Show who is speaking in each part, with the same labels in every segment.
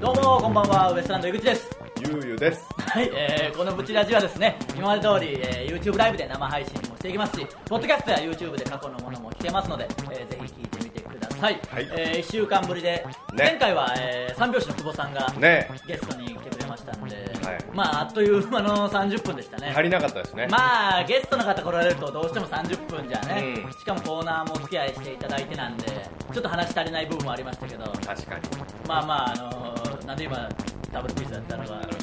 Speaker 1: どうもこんばんはウエストランド井口です
Speaker 2: ゆうゆです。
Speaker 1: はい、えーこのブチラジはですね今まで通り、えー YouTube ライブで生配信もしていきますしポッドキャストや YouTube で過去のものも聞けますので、えーぜひ聞いてみてください、
Speaker 2: はい
Speaker 1: え1週間ぶりで、
Speaker 2: ね
Speaker 1: 前回は、えー三拍子の久保さんが、
Speaker 2: ね
Speaker 1: ゲストに来てくれましたんで、
Speaker 2: はい
Speaker 1: まああっという間の30分でしたね
Speaker 2: 足りなかったですね。
Speaker 1: まあゲストの方来られるとどうしても30分じゃね、
Speaker 2: うん
Speaker 1: しかもコーナーもお付き合いしていただいてなんでちょっと話足りない部分もありましたけど
Speaker 2: 確かに。
Speaker 1: まあまああのーなんで今ダブルピースだったの
Speaker 2: あ
Speaker 1: か
Speaker 2: の、確かに。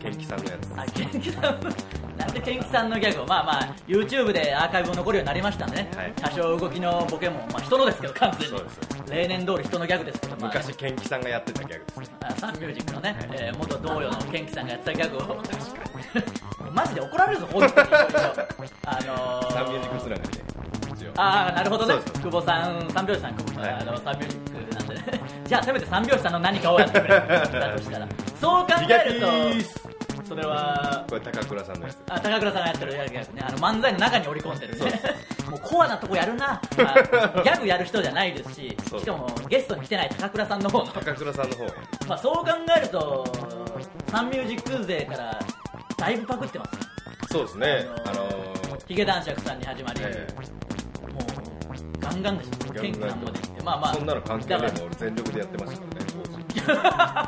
Speaker 2: ケンキさんのやつ。
Speaker 1: あケンキさんのなんでケンキさんのギャグをまあまあ YouTube でアーカイブも残るようになりましたんでね、
Speaker 2: はい
Speaker 1: 多少動きのボケも、まあ、人のですけど完全に
Speaker 2: そうです
Speaker 1: 例年通り人のギャグですけど、まあ、
Speaker 2: 昔ケンキさんがやってたギャグですね。
Speaker 1: あサンミュージックのね、えー元同様のケンキさんがやってたギャグを マジで怒られるぞ本当にあのー、
Speaker 2: サンミュージックつながりで。一応
Speaker 1: ああなるほどね
Speaker 2: そうです
Speaker 1: 久保さん三拍子さん久保さん、
Speaker 2: はい
Speaker 1: あの三拍子なんで ねじゃあせめて三拍子さんの何かをやってくれだとしたらそう考
Speaker 2: ギガ
Speaker 1: え
Speaker 2: ピ
Speaker 1: る
Speaker 2: ース
Speaker 1: とそれは
Speaker 2: これ高倉さんのやつ。
Speaker 1: あ高倉さんがやってるやつねあの漫才の中に織り込んでるね もうコアなとこやるな、 まあギャグやる人じゃないですし
Speaker 2: そう
Speaker 1: しかもゲストに来てない高倉さん の方の、
Speaker 2: 高倉さんの方。
Speaker 1: まあ、そう考えるとサンミュージック勢からだいぶパクってますね
Speaker 2: そうですね。あの
Speaker 1: ヒゲ男爵さんに始まり、
Speaker 2: え
Speaker 1: もうガンガンでし
Speaker 2: ガンガ
Speaker 1: た
Speaker 2: ン
Speaker 1: ケン君さんまで行ってまあまあ
Speaker 2: そんなの関係
Speaker 1: だか
Speaker 2: ない
Speaker 1: ら
Speaker 2: もん俺全力でやってましたからね、当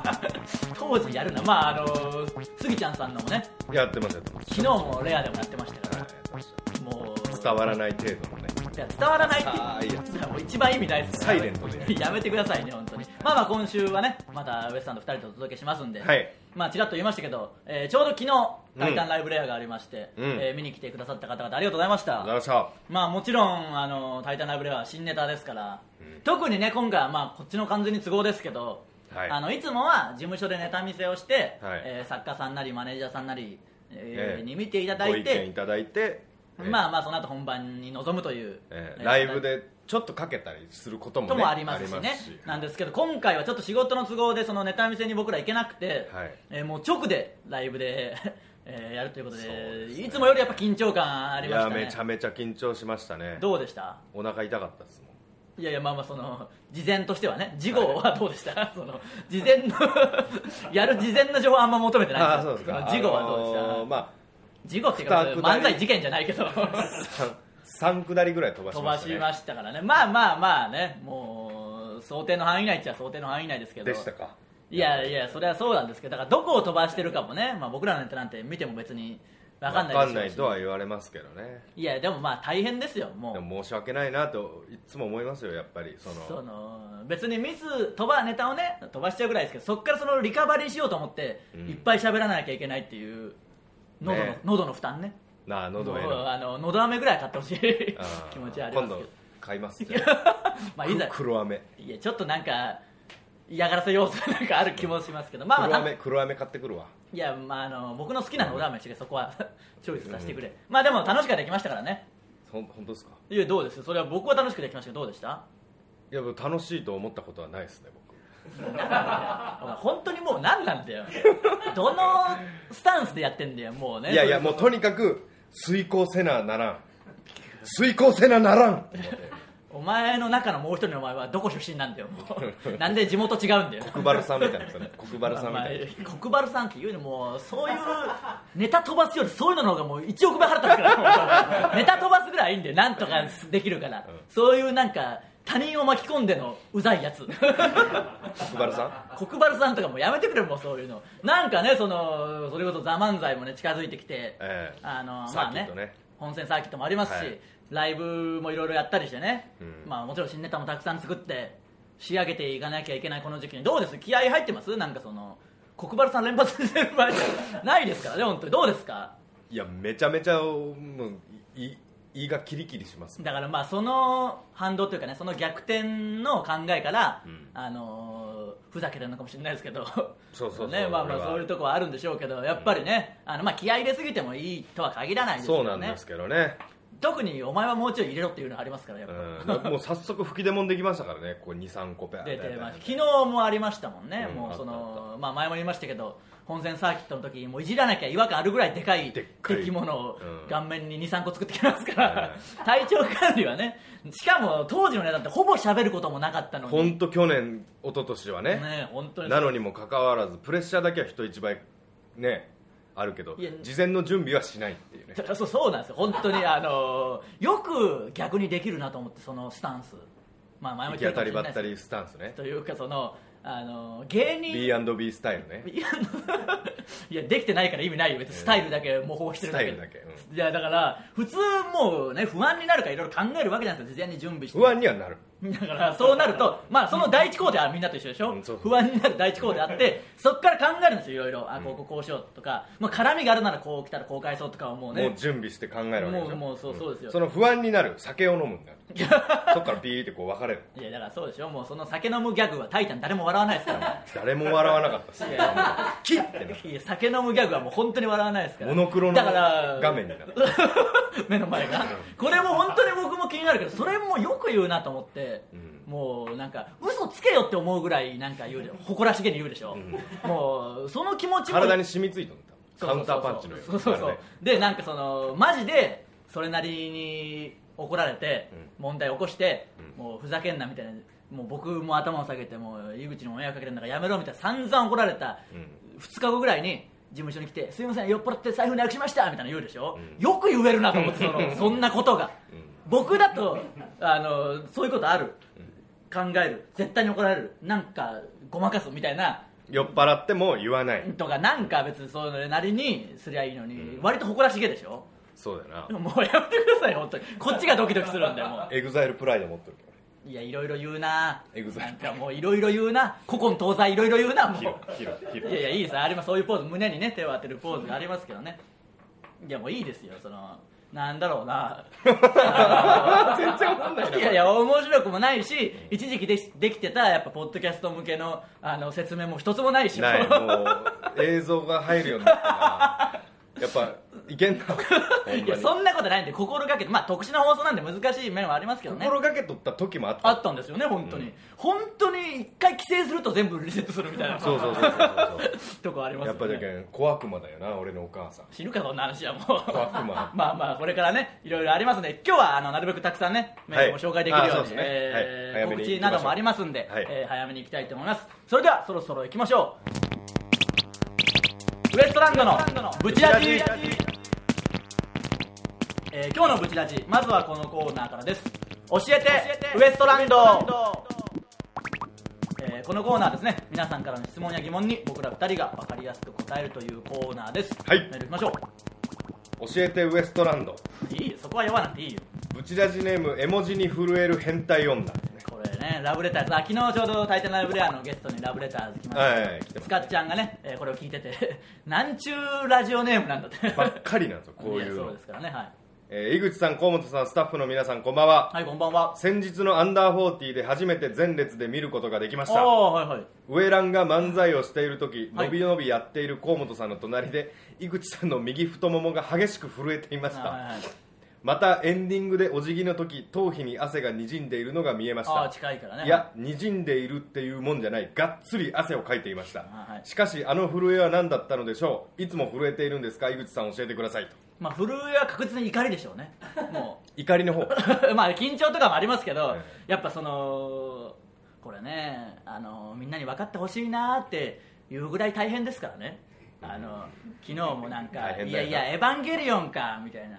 Speaker 1: 当時やるな、まああのスギちゃんさんのもね、
Speaker 2: 時。やってました、やってまし
Speaker 1: 昨日もレアでもやってました
Speaker 2: た
Speaker 1: か
Speaker 2: はいやってまし
Speaker 1: ら、もう、
Speaker 2: た。伝わらない程度のね。
Speaker 1: いや伝わらないっ
Speaker 2: あー
Speaker 1: て
Speaker 2: い
Speaker 1: い、
Speaker 2: いうやつ
Speaker 1: もう一番意味ないです
Speaker 2: サイレントで
Speaker 1: やめてくださいね、本当に。まあまあ、今週はね、またウエストランド2人とお届けしますんで、
Speaker 2: はい
Speaker 1: まあちらっと言いましたけど、えーちょうど昨日、タイタンライブレアがありまして、
Speaker 2: うん
Speaker 1: えー見に来てくださった方々、ありがとうございまし
Speaker 2: あ
Speaker 1: た
Speaker 2: り。がとうございまし
Speaker 1: まあもちろん「あのタイタンライブ」では新ネタですから、特にね今回はまあこっちの完全に都合ですけど、
Speaker 2: はい
Speaker 1: あのいつもは事務所でネタ見せをして、
Speaker 2: はい
Speaker 1: えー作家さんなりマネージャーさんなり、えー
Speaker 2: ええ
Speaker 1: に見ていた
Speaker 2: た。
Speaker 1: だ
Speaker 2: ご
Speaker 1: い
Speaker 2: 意見い
Speaker 1: て
Speaker 2: ただいて、え
Speaker 1: まあまあその後本番に臨むという、
Speaker 2: え
Speaker 1: えー
Speaker 2: ライブでちょっとかけたりすることも,、ね、
Speaker 1: ともありますしねなんですけど今回はちょっと仕事の都合でそのネタ見せに僕ら行けなくて、
Speaker 2: はい
Speaker 1: えーもう直でライブで、 えーやるということで
Speaker 2: そうですね
Speaker 1: いつもよりやっぱ緊張感あり
Speaker 2: い
Speaker 1: まし
Speaker 2: や
Speaker 1: たね
Speaker 2: めちゃめちゃ緊張しましたね
Speaker 1: どうでした
Speaker 2: お腹痛かったですもん
Speaker 1: いやいやまあまあその事前としてはね事後はどうでした、 その事前の やる事前の情報はあんま求めてない
Speaker 2: ああそうですか
Speaker 1: 事後はどうでした、
Speaker 2: あのーま
Speaker 1: 事後っていうか
Speaker 2: 二下り
Speaker 1: 漫才事件じゃない けど
Speaker 2: あ三三下りぐらい飛ばし
Speaker 1: 飛
Speaker 2: ま
Speaker 1: ば
Speaker 2: した、
Speaker 1: し
Speaker 2: ね、
Speaker 1: ましたからねまあまあまあねもう想定の範囲内っちゃ想定の範囲内ですけど
Speaker 2: でしたか
Speaker 1: いやいやそれはそうなんですけどだからどこを飛ばしてるかもね、まあ、僕らのネタなんて見ても別に分かんない
Speaker 2: わかん
Speaker 1: で
Speaker 2: な
Speaker 1: す
Speaker 2: いとは言われますけどね
Speaker 1: いやでもまあ大変ですよもう
Speaker 2: でも申し訳ないなといつも思いますよやっぱりその
Speaker 1: その別にミス飛ばネタをね飛ばしちゃうぐらいですけどそこからそのリカバリーしようと思って、
Speaker 2: うん
Speaker 1: いっぱい喋らなきゃいけないっていう喉の,、
Speaker 2: ね
Speaker 1: 喉の負担ね
Speaker 2: なあ喉へ
Speaker 1: もう
Speaker 2: の
Speaker 1: あの喉飴ぐらい買ってほしい
Speaker 2: あー
Speaker 1: 気持ちはありま
Speaker 2: 今
Speaker 1: すけど
Speaker 2: 度買います
Speaker 1: まあいざ
Speaker 2: く黒飴
Speaker 1: いやちょっとなんか嫌がらせ要素なんかある気もしますけどまあ
Speaker 2: 黒
Speaker 1: まあ
Speaker 2: 飴黒飴買ってくるわ
Speaker 1: いやまああの僕の好きなのお飴してそこは チョイスさせてくれ、まあでも楽しくできましたからね
Speaker 2: ほん本当ですか
Speaker 1: いやどうですそれは僕は楽しくできましたけどどうでした
Speaker 2: いや楽しいと思ったことはないですね僕
Speaker 1: お前本当にもう何なん だよどのスタンスでやってんだよもうね
Speaker 2: いやいやもうとにかく遂行せなならん遂行せなならんって思って
Speaker 1: お前の中のもう一人のお前はどこ出身なんだよも うなんで地元違うんだよ
Speaker 2: 黒原さんみたいなですよね黒原さんみたいな
Speaker 1: お前黒丸さんっていうのもうそういうネタ飛ばすよりそういうのの方がもう1億倍払ったからもうネタ飛ばすぐらいいいんだよなんとかできるから、そういうなんか他人を巻き込んでのうざいやつ
Speaker 2: 黒原さん
Speaker 1: 黒丸さんとかもうやめてくれもうそういうのなんかねそのそれこそ「ザ漫才もね近づいてきて、
Speaker 2: ええ
Speaker 1: あの
Speaker 2: サ
Speaker 1: ま
Speaker 2: ー
Speaker 1: あ
Speaker 2: キッ
Speaker 1: ね
Speaker 2: トね
Speaker 1: 本戦サーキットもありますし、
Speaker 2: はい
Speaker 1: ライブもいろいろやったりしてね、
Speaker 2: うん
Speaker 1: まあ、もちろん新ネタもたくさん作って仕上げていかなきゃいけないこの時期にどうです気合入ってますなんかその黒原さん連発してる場合じゃないですからね 本当にどうですか
Speaker 2: いやめちゃめちゃもうい胃がキリキリします
Speaker 1: だからまあその反動というかねその逆転の考えから、
Speaker 2: ん
Speaker 1: あのーふざけてるのかもしれないですけど
Speaker 2: そうそうそう
Speaker 1: ねまあまあ
Speaker 2: 俺は
Speaker 1: そういうとこはあるんでしょうけどやっぱりね、あのまあ気合入れすぎてもいいとは限らないですけ
Speaker 2: そう
Speaker 1: ど
Speaker 2: なん
Speaker 1: ね
Speaker 2: ですけどね
Speaker 1: 特にお前はもうちょい入れろっていうのはありますからやっぱ、
Speaker 2: うんもう早速吹き出もんできましたからねこう23個ペア
Speaker 1: 出てま
Speaker 2: あ
Speaker 1: す昨日もありましたもんね、
Speaker 2: うん
Speaker 1: もうそ
Speaker 2: あった
Speaker 1: のまあ、前も言いましたけど本戦サーキットの時もういじらなきゃ違和感あるぐらいでかい
Speaker 2: でっかい
Speaker 1: 敵物を
Speaker 2: うん
Speaker 1: 顔面に23個作ってきますから
Speaker 2: は、
Speaker 1: 体調管理はねしかも当時のネタってほぼ喋ることもなかったのに
Speaker 2: 本当去年一昨年はね
Speaker 1: ね本当に
Speaker 2: なのにもかかわらずプレッシャーだけは人一倍ねあるけど
Speaker 1: いや
Speaker 2: 事前の準備はしないっていうね
Speaker 1: そうそうなんですよ本当にあのよく逆にできるなと思ってそのスタンスまあ前も
Speaker 2: 行き
Speaker 1: 言
Speaker 2: 当
Speaker 1: ったか
Speaker 2: た
Speaker 1: も
Speaker 2: り
Speaker 1: しれ
Speaker 2: ば
Speaker 1: ないで
Speaker 2: っ
Speaker 1: すけ
Speaker 2: た
Speaker 1: ど
Speaker 2: りスタンスね
Speaker 1: というかそのあの芸人
Speaker 2: B&B スタイルね
Speaker 1: いや いやできてないから意味ないよ別にスタイルだけ模倣してるだけ
Speaker 2: スタイルだけう
Speaker 1: いやだから普通もうね不安になるからいろいろ考えるわけなんですよ事前に準備して
Speaker 2: 不安にはなる
Speaker 1: だからそうなるとまあその第一工程はみんなと一緒でしょ
Speaker 2: うんそう
Speaker 1: 不安になる第一工程あ ってそこから考えるんですよいろいろあこうこうこうしようとかまあ絡みがあるならこう来たらこう返そうとかはもうね
Speaker 2: もう準備して考えるわけでし
Speaker 1: もう
Speaker 2: ょ
Speaker 1: もうそうそうですよ
Speaker 2: その不安になる酒を飲むん だそっからビーってこう分かれる
Speaker 1: いやだからそうでしょもうその酒飲むギャグはタイタン誰も笑わないですから
Speaker 2: 誰も笑わなかったです
Speaker 1: いや
Speaker 2: キッてなる
Speaker 1: いや酒飲むギャグはもう本当に笑わないですから
Speaker 2: モノクロの
Speaker 1: だから
Speaker 2: 画面になる
Speaker 1: 目の前がこれも本当に僕も気になるけどそれもよく言うなと思って、
Speaker 2: う
Speaker 1: もうなんか嘘つけよって思うぐらいなんか言うでしょ誇らしげに言うでしょ、もうその気持ちも
Speaker 2: 体に染みついたんだ
Speaker 1: そう
Speaker 2: カ
Speaker 1: そうそう
Speaker 2: ウンターパンチのよ
Speaker 1: そうそうそう
Speaker 2: あれね
Speaker 1: でなんかそのマジでそれなりに怒られて、問題起こして、もうふざけんなみたいなもう僕も頭を下げてもう井口にも迷惑かけてるんだからやめろみたいな散々怒られた、2日後ぐらいに事務所に来てすいません酔っ払って財布なくしましたみたいな言うでしょ、よく言えるなと思ってそのそんなことが、僕だとあのそういうことある、考える絶対に怒られるなんかごまかすみたいな
Speaker 2: 酔っ払っても言わない
Speaker 1: とかなんか別にそういうのなりにすりゃいいのに、割と誇らしげでしょ
Speaker 2: そうだよな
Speaker 1: もうやめてください本当 にこっちがドキドキするんだよも
Speaker 2: エグザイルプライド持ってるから
Speaker 1: ういやいろいろ言うな
Speaker 2: エグザ
Speaker 1: なんかもういろいろ言うな古今東西いろいろ言うなもう
Speaker 2: ヒロヒロヒロ
Speaker 1: いやいやいいですありますそういうポーズ胸にね手を当てるポーズがありますけどねいやもういいですよそのなんだろうな
Speaker 2: 全然わかんないない
Speaker 1: やいや面白くもないし一時期でしできてたやっぱポッドキャスト向けのあの説明も一つもないし
Speaker 2: ないもう映像が入るようになったからやっぱいけんなほんまに
Speaker 1: いやそんなことないんで心がけてまあ特殊な放送なんで難しい面はありますけどね
Speaker 2: 心がけとった時もあった
Speaker 1: あったんですよね本当に、本当に一回帰省すると全部リセットするみたいな
Speaker 2: そうそうそうそうそう
Speaker 1: とこあります
Speaker 2: や
Speaker 1: よね
Speaker 2: っぱじゃけん小悪魔だよな俺のお母さん
Speaker 1: 知るかそんな話はもう
Speaker 2: 小悪魔
Speaker 1: まあまあこれからねいろいろありますんで今日はあのなるべくたくさんねメールも紹介できるように
Speaker 2: あ、そうですね
Speaker 1: えー
Speaker 2: はい早め
Speaker 1: 告
Speaker 2: に行きましょう
Speaker 1: 知などもありますんで、
Speaker 2: はい
Speaker 1: えー早めに行きたいと思いますそれではそろそろ行きましょうウエストランドのブチラジ
Speaker 2: ブチラジ
Speaker 1: えー今日のブチラジまずはこのコーナーからです教えてウエストランドえーこのコーナーですね皆さんからの質問や疑問に僕ら2人が分かりやすく答えるというコーナーです
Speaker 2: はい
Speaker 1: メールいきましょう
Speaker 2: 教えてウエストランド
Speaker 1: いいよそこは読まなくていいよ
Speaker 2: ブチラジネーム絵文字に震える変態女ですね
Speaker 1: これねラブレターズあ昨日ちょうど「タイタンライブレア」のゲストにラブレターズ来ました、
Speaker 2: はいはいはい来てま
Speaker 1: ス
Speaker 2: す
Speaker 1: カッちゃんがね、えーこれを聞いてて なんちゅうラジオネームなんだって
Speaker 2: ばっかりなんですよこうい
Speaker 1: や
Speaker 2: う
Speaker 1: そう
Speaker 2: の
Speaker 1: ですからねはい、
Speaker 2: えー井口さん河本さんスタッフの皆さんこんばんは
Speaker 1: はい、こんばんは
Speaker 2: 先日のアンダーフォーティーで初めて前列で見ることができました
Speaker 1: おおはいはい
Speaker 2: 上蘭が漫才をしている時
Speaker 1: はい
Speaker 2: のびのびやっている河本さんの隣で井口さんの右太ももが激しく震えていまし
Speaker 1: あはい
Speaker 2: た
Speaker 1: はい
Speaker 2: またエンディングでお辞儀の時頭皮に汗がにじんでいるのが見えまし
Speaker 1: あー
Speaker 2: た
Speaker 1: 近いからね
Speaker 2: いやにじんでいるっていうもんじゃないがっつり汗をかいていました
Speaker 1: はいはい
Speaker 2: しかしあの震えは何だったのでしょういつも震えているんですか井口さん教えてくださいと
Speaker 1: まあ震えは確実に怒りでしょうねも
Speaker 2: 怒りの方
Speaker 1: う まあ緊張とかもありますけど、
Speaker 2: はい
Speaker 1: やっぱそのこれねあのみんなに分かってほしいなっていうぐらい大変ですからねあの昨日もなんか
Speaker 2: 大
Speaker 1: 「い
Speaker 2: 変
Speaker 1: や
Speaker 2: だよない
Speaker 1: やエヴァンゲリオンか」みたいな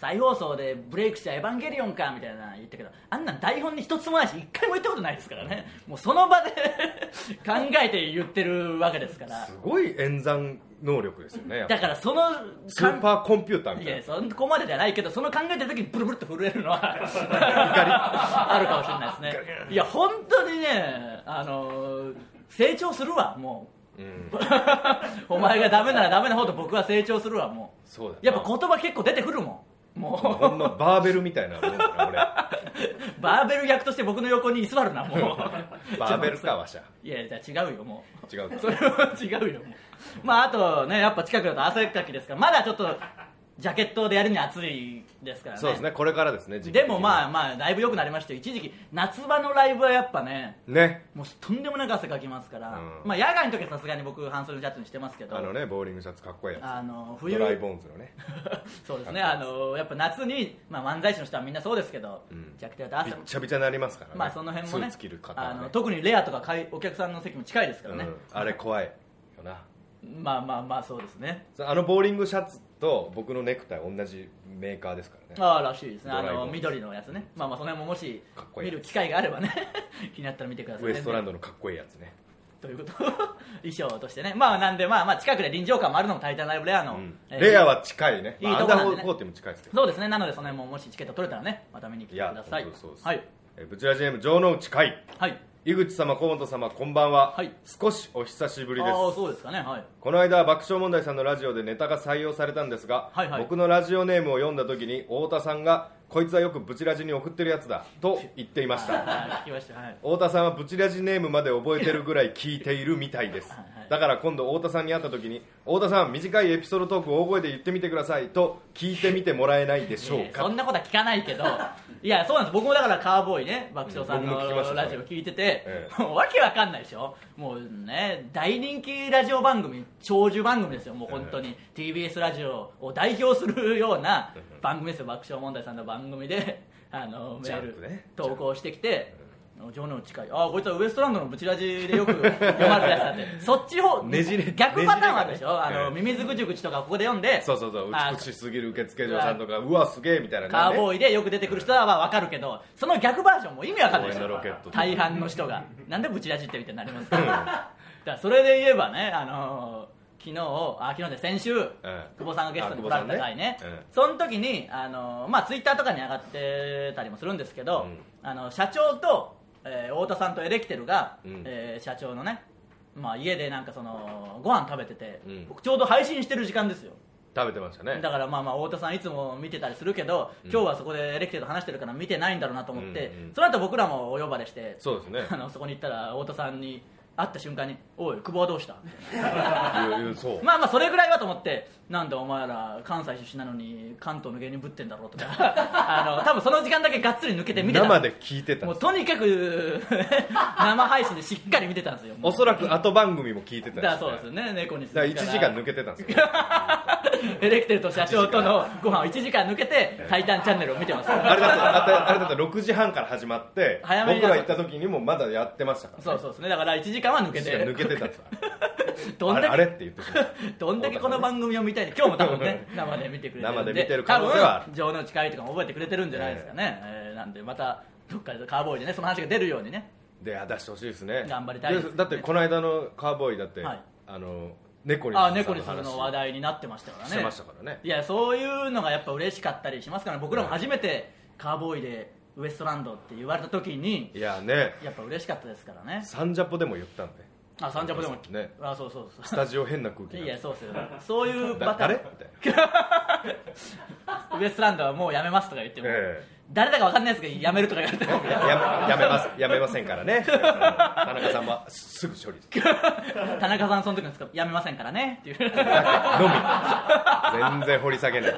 Speaker 1: 再放送でブレイクした「エヴァンゲリオンか」みたいな言ったけどあんなん台本に一つもないし一回も言ったことないですからねもうその場で 考えて言ってるわけですから
Speaker 2: すごい演算能力ですよねやっぱ
Speaker 1: だからその
Speaker 2: スーパーコンピューターみ
Speaker 1: い
Speaker 2: たい
Speaker 1: や
Speaker 2: な
Speaker 1: そこまでじゃないけどその考えてる時にブルブルっと震えるのは あるかもしれないですねいや本当にねあのー成長するわもう、お前がダメならダメな方と僕は成長するわもう
Speaker 2: そうだな
Speaker 1: やっぱ言葉結構出てくるもんも
Speaker 2: ほんまバーベルみたいなもんだ な俺
Speaker 1: うバーベル役として僕の横に居座るなもう
Speaker 2: バーベルかわしゃ
Speaker 1: いやじゃあ違うよもう
Speaker 2: 違う
Speaker 1: それは違うよもうまああとねやっぱ近くだと汗っかきですからまだちょっとジャケットでやるには暑いですからね
Speaker 2: そうですねこれからですね
Speaker 1: でもまあ
Speaker 2: あ
Speaker 1: まあだいぶ良くなりましたよ一時期夏場のライブはやっぱね
Speaker 2: ね
Speaker 1: もうとんでもなく汗かきますから、
Speaker 2: うん
Speaker 1: まあ野外の時はさすがに僕半袖のシャツにしてますけど
Speaker 2: あのねボーリングシャツかっこいいや
Speaker 1: あの
Speaker 2: つ
Speaker 1: 冬
Speaker 2: ドライボーンズのね
Speaker 1: そうですねあのやっぱ夏に、まあ、漫才師の人はみんなそうですけど、
Speaker 2: うん
Speaker 1: ジャケットやって汗
Speaker 2: びっ
Speaker 1: も
Speaker 2: ちゃびちゃになりますからね
Speaker 1: まあその辺もね
Speaker 2: スーツ着る方
Speaker 1: あ
Speaker 2: は
Speaker 1: の
Speaker 2: ね
Speaker 1: 特にレアとかかいお客さんの席も近いですからね、
Speaker 2: うんあれ怖いよな
Speaker 1: まあまあまあそうですね
Speaker 2: そうあのボーリングシャツと僕のネクタイ同じメーカーですからね
Speaker 1: ああらしいですねあ
Speaker 2: ドライブ
Speaker 1: の緑のやつねまあまあその辺ももし
Speaker 2: かっこいい
Speaker 1: 見る機会があればね 気になったら見てください
Speaker 2: ウ
Speaker 1: ね
Speaker 2: エストランドのかっこいいやつね
Speaker 1: ということ 衣装としてねまあなんでまあまあ近くで臨場感もあるのも「タイタンライブレアの」
Speaker 2: うん
Speaker 1: えー
Speaker 2: レアは近いね
Speaker 1: いい
Speaker 2: まあ
Speaker 1: と
Speaker 2: アン
Speaker 1: こな
Speaker 2: ダ
Speaker 1: んでね
Speaker 2: ーフォーティも近いですけど
Speaker 1: そうですねなのでその辺ももしチケット取れたらねまた見に来て
Speaker 2: い
Speaker 1: く
Speaker 2: や
Speaker 1: ださい
Speaker 2: 本当そうです
Speaker 1: はい
Speaker 2: えーブチラジネーム城之内海
Speaker 1: はい
Speaker 2: 井口様河本様こんばんは、
Speaker 1: はい
Speaker 2: 少しお久しぶり
Speaker 1: あ
Speaker 2: です
Speaker 1: あそうですかね はい
Speaker 2: この間爆笑問題さんのラジオでネタが採用されたんですが、
Speaker 1: はいはい
Speaker 2: 僕のラジオネームを読んだ時に太田さんがこいつはよくブチラジに送ってるやつだと言っていました
Speaker 1: ああ聞きましたはい
Speaker 2: 太田さんはブチラジネームまで覚えてるぐらい聞いているみたいですだから今度太田さんに会った時に太田さん短いエピソードトークを大声で言ってみてくださいと聞いてみてもらえないでしょう
Speaker 1: いやそ
Speaker 2: か
Speaker 1: んなことは聞かないけ どいやそうなんです僕もだからカーボーイね爆笑さん
Speaker 2: うん僕も聞きました
Speaker 1: のラジオ聞いてて、
Speaker 2: え
Speaker 1: もうわけわかんないでしょもうね大人気ラジオ番組長寿番組ですよもう本当に、TBS ラジオを代表するような番組ですよ爆笑問題さんの番組で あのメ
Speaker 2: ジャ
Speaker 1: ー
Speaker 2: ン
Speaker 1: ル
Speaker 2: クね
Speaker 1: 投稿してきて情の近いああこいつはウエストランドのブチラジでよく読まれるやつだってそっち方
Speaker 2: ねじれ
Speaker 1: 逆パターンはあるでしょ、
Speaker 2: ねじ
Speaker 1: あ
Speaker 2: れがね
Speaker 1: のミミズグチュグチュとかここで読んで
Speaker 2: そうそうそう
Speaker 1: あ
Speaker 2: 美しすぎる受付嬢さんとかうわすげえみたいな
Speaker 1: カーボ
Speaker 2: ね
Speaker 1: ーイでよく出てくる人は分かるけどその逆バージョンも意味わかんないです
Speaker 2: 公園の
Speaker 1: よ
Speaker 2: ロケット
Speaker 1: 大半の人がなんでブチラジってみたいになりますから だからそれで言えばね、あのー昨日あ昨日で先週、久保さんがゲストに来られた回ね
Speaker 2: あ久保さんね
Speaker 1: その時に、あのーまあ、ツイッターとかに上がってたりもするんですけど、あの社長と、えー太田さんとエレキテルが、
Speaker 2: うん
Speaker 1: えー社長のね、まあ、家でなんかそのご飯食べてて、
Speaker 2: うん
Speaker 1: 僕ちょうど配信してる時間ですよ
Speaker 2: 食べてまし たね
Speaker 1: だからまあまあ太田さんいつも見てたりするけど、今日はそこでエレキテルと話してるから見てないんだろうなと思って、
Speaker 2: うんうん
Speaker 1: その後僕らもお呼ばれして
Speaker 2: そうですね
Speaker 1: あのそこに行ったら太田さんに会った瞬間に「おい久保はどう した?」
Speaker 2: いういうそう
Speaker 1: まあまあそれぐらいはと思ってなんでお前ら関西出身なのに関東の芸人ぶってんだろう とかあの多分その時間だけがっつり抜けて見てた
Speaker 2: 生で聞いてたん
Speaker 1: も
Speaker 2: で
Speaker 1: う
Speaker 2: す
Speaker 1: とにかく 生配信でしっかり見てたんですよもう
Speaker 2: おそらく後番組も聞いてた
Speaker 1: だ
Speaker 2: ん
Speaker 1: か
Speaker 2: です
Speaker 1: ら
Speaker 2: ね
Speaker 1: そうですね猫に
Speaker 2: だから1時間抜けてたんですよ
Speaker 1: エレクテルと社長とのご飯を1時間抜けて「タイタンチャンネル」を見てます
Speaker 2: あれだったあたあれだった6時半から始まって僕
Speaker 1: 早めに
Speaker 2: ら行った時にもまだやってましたからね
Speaker 1: そうそうですねだから1時間は抜けて
Speaker 2: 抜けてたんですよ
Speaker 1: どんだ
Speaker 2: あれ
Speaker 1: け
Speaker 2: あれって言ってしまった
Speaker 1: どんだけこの番組を見たいの今日も多分 ね生で見てくれてるん
Speaker 2: 生で見てる可能性はある
Speaker 1: 多分情の誓いとかも覚えてくれてるんじゃないですかね、えーなんでまたどっかでカーボーイでねその話が出るようにね
Speaker 2: であ出してほしいですね
Speaker 1: 頑張りたいですね
Speaker 2: だってこの間のカーボーイだって、
Speaker 1: はい
Speaker 2: あの猫に
Speaker 1: あ猫にする
Speaker 2: 話
Speaker 1: の話題になってましたからね
Speaker 2: してましたからね
Speaker 1: いやそういうのがやっぱ嬉しかったりしますからね僕らも初めてカーボーイでウエストランドって言われた時に
Speaker 2: いやね
Speaker 1: やっぱ嬉しかったですからね
Speaker 2: サンジャポでも言ったんで
Speaker 1: あサンジャポでも、
Speaker 2: ね
Speaker 1: あそうそうそう
Speaker 2: スタジオ変な空気 に
Speaker 1: い
Speaker 2: な
Speaker 1: や
Speaker 2: って
Speaker 1: そうですよそういう
Speaker 2: だ
Speaker 1: パタ
Speaker 2: 誰
Speaker 1: ー
Speaker 2: み
Speaker 1: ン
Speaker 2: たいな
Speaker 1: ウエストランドはもうやめますとか言っても、
Speaker 2: え
Speaker 1: 誰だか分かんないですけどやめるとか言われても
Speaker 2: やめやめますやめませんから ね田中さんはすぐ処理して
Speaker 1: 田中さんその時の使うやめませんからねって いう
Speaker 2: 全然掘り下げない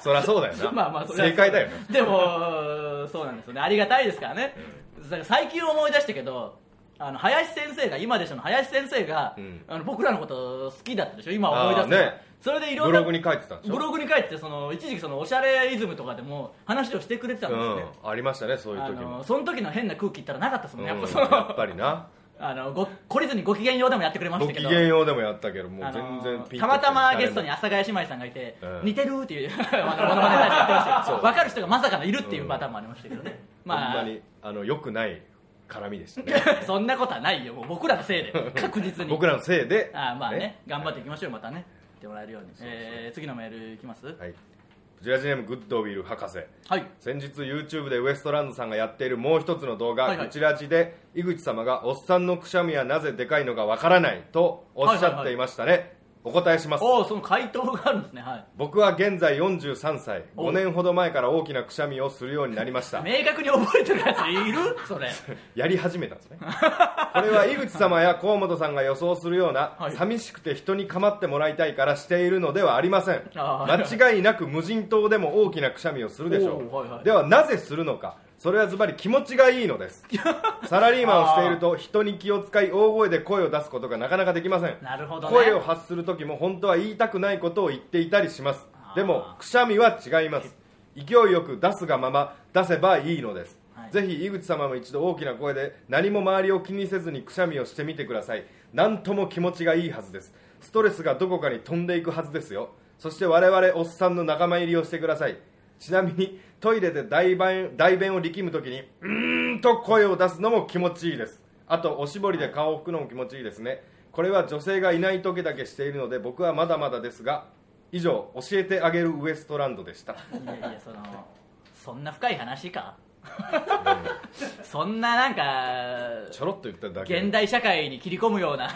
Speaker 2: そりゃそうだよ な、
Speaker 1: まあまあそれは
Speaker 2: 正解だよね
Speaker 1: でもそうなんですよねありがたいですからね、だから最近思い出したけどあの林先生が今でしょの林先生が、
Speaker 2: うん
Speaker 1: あの僕らのこと好きだったでしょ今思い出すと
Speaker 2: あーね
Speaker 1: それでいろ
Speaker 2: ブ
Speaker 1: んな
Speaker 2: ログに書いてたんでしょ
Speaker 1: ブログに書いててその一時期そのおしゃれイズムとかでも話をしてくれてたんですよね、
Speaker 2: うん、ありましたねそういう
Speaker 1: あ
Speaker 2: 時
Speaker 1: の
Speaker 2: も
Speaker 1: その時の変な空気言ったらなかったですもんね、やっぱそ
Speaker 2: うんやっぱ
Speaker 1: の
Speaker 2: りな
Speaker 1: あのご懲りずにご機嫌ようでもやってくれまし
Speaker 2: ご
Speaker 1: たけ
Speaker 2: 機
Speaker 1: ど
Speaker 2: 嫌ようでもやったけども
Speaker 1: あ
Speaker 2: う全
Speaker 1: の
Speaker 2: 然ピンときて
Speaker 1: たまたまゲストに阿佐ヶ谷姉妹さんがいて、
Speaker 2: うん
Speaker 1: 似てるっていう あのモノマネ大賞やってましたけ
Speaker 2: そう
Speaker 1: ど分かる人がまさかのいるっていうパターンもありましたけどね、ま
Speaker 2: ほん
Speaker 1: あ
Speaker 2: まにあの良くない絡みでしたね
Speaker 1: そんなことはないよもう僕らのせい で確実に
Speaker 2: 僕らのせいで
Speaker 1: あーまあね頑張っていきましょうよまたね言ってもらえるように
Speaker 2: うそう
Speaker 1: えー次のメールいきます
Speaker 2: はいブチラジネームグッドウィル博士
Speaker 1: はい
Speaker 2: 先日 YouTube でウエストランドさんがやっているもう一つの動画「
Speaker 1: はいはい
Speaker 2: ブチラジ」で井口様が「おっさんのくしゃみはなぜでかいのかわからない」とおっしゃっていましたね、お答えします
Speaker 1: おおその回答があるんですねはい
Speaker 2: 僕は現在43歳
Speaker 1: お
Speaker 2: 5年ほど前から大きなくしゃみをするようになりました
Speaker 1: 明確に覚えてるやついるそ れ
Speaker 2: やり始めたんですねこれは井口様や河本さんが予想するような、
Speaker 1: はい
Speaker 2: 寂しくて人に構ってもらいたいからしているのではありません
Speaker 1: あー
Speaker 2: 間違いなく無人島でも大きなくしゃみをするでしょ
Speaker 1: おー
Speaker 2: う、
Speaker 1: はいはい
Speaker 2: ではなぜするのかそれはズバリ気持ちがいいのです サラリーマンをしていると人に気を使い大声で声を出すことがなかなかできません
Speaker 1: なるほどね
Speaker 2: 声を発する時も本当は言いたくないことを言っていたりします
Speaker 1: あー
Speaker 2: でもくしゃみは違います勢いよく出すがまま出せばいいのです、
Speaker 1: はい
Speaker 2: ぜひ井口様も一度大きな声で何も周りを気にせずにくしゃみをしてみてください何とも気持ちがいいはずですストレスがどこかに飛んでいくはずですよそして我々おっさんの仲間入りをしてくださいちなみにトイレで大便大便を力む時にうーんと声を出すのも気持ちいいですあとおしぼりで顔を拭くのも気持ちいいですねこれは女性がいない時だけしているので僕はまだまだですが以上教えてあげるウエストランドでした
Speaker 1: いやいやそのそんな深い話かそんななんか
Speaker 2: ちょろっと言っただけ
Speaker 1: 現代社会に切り込むような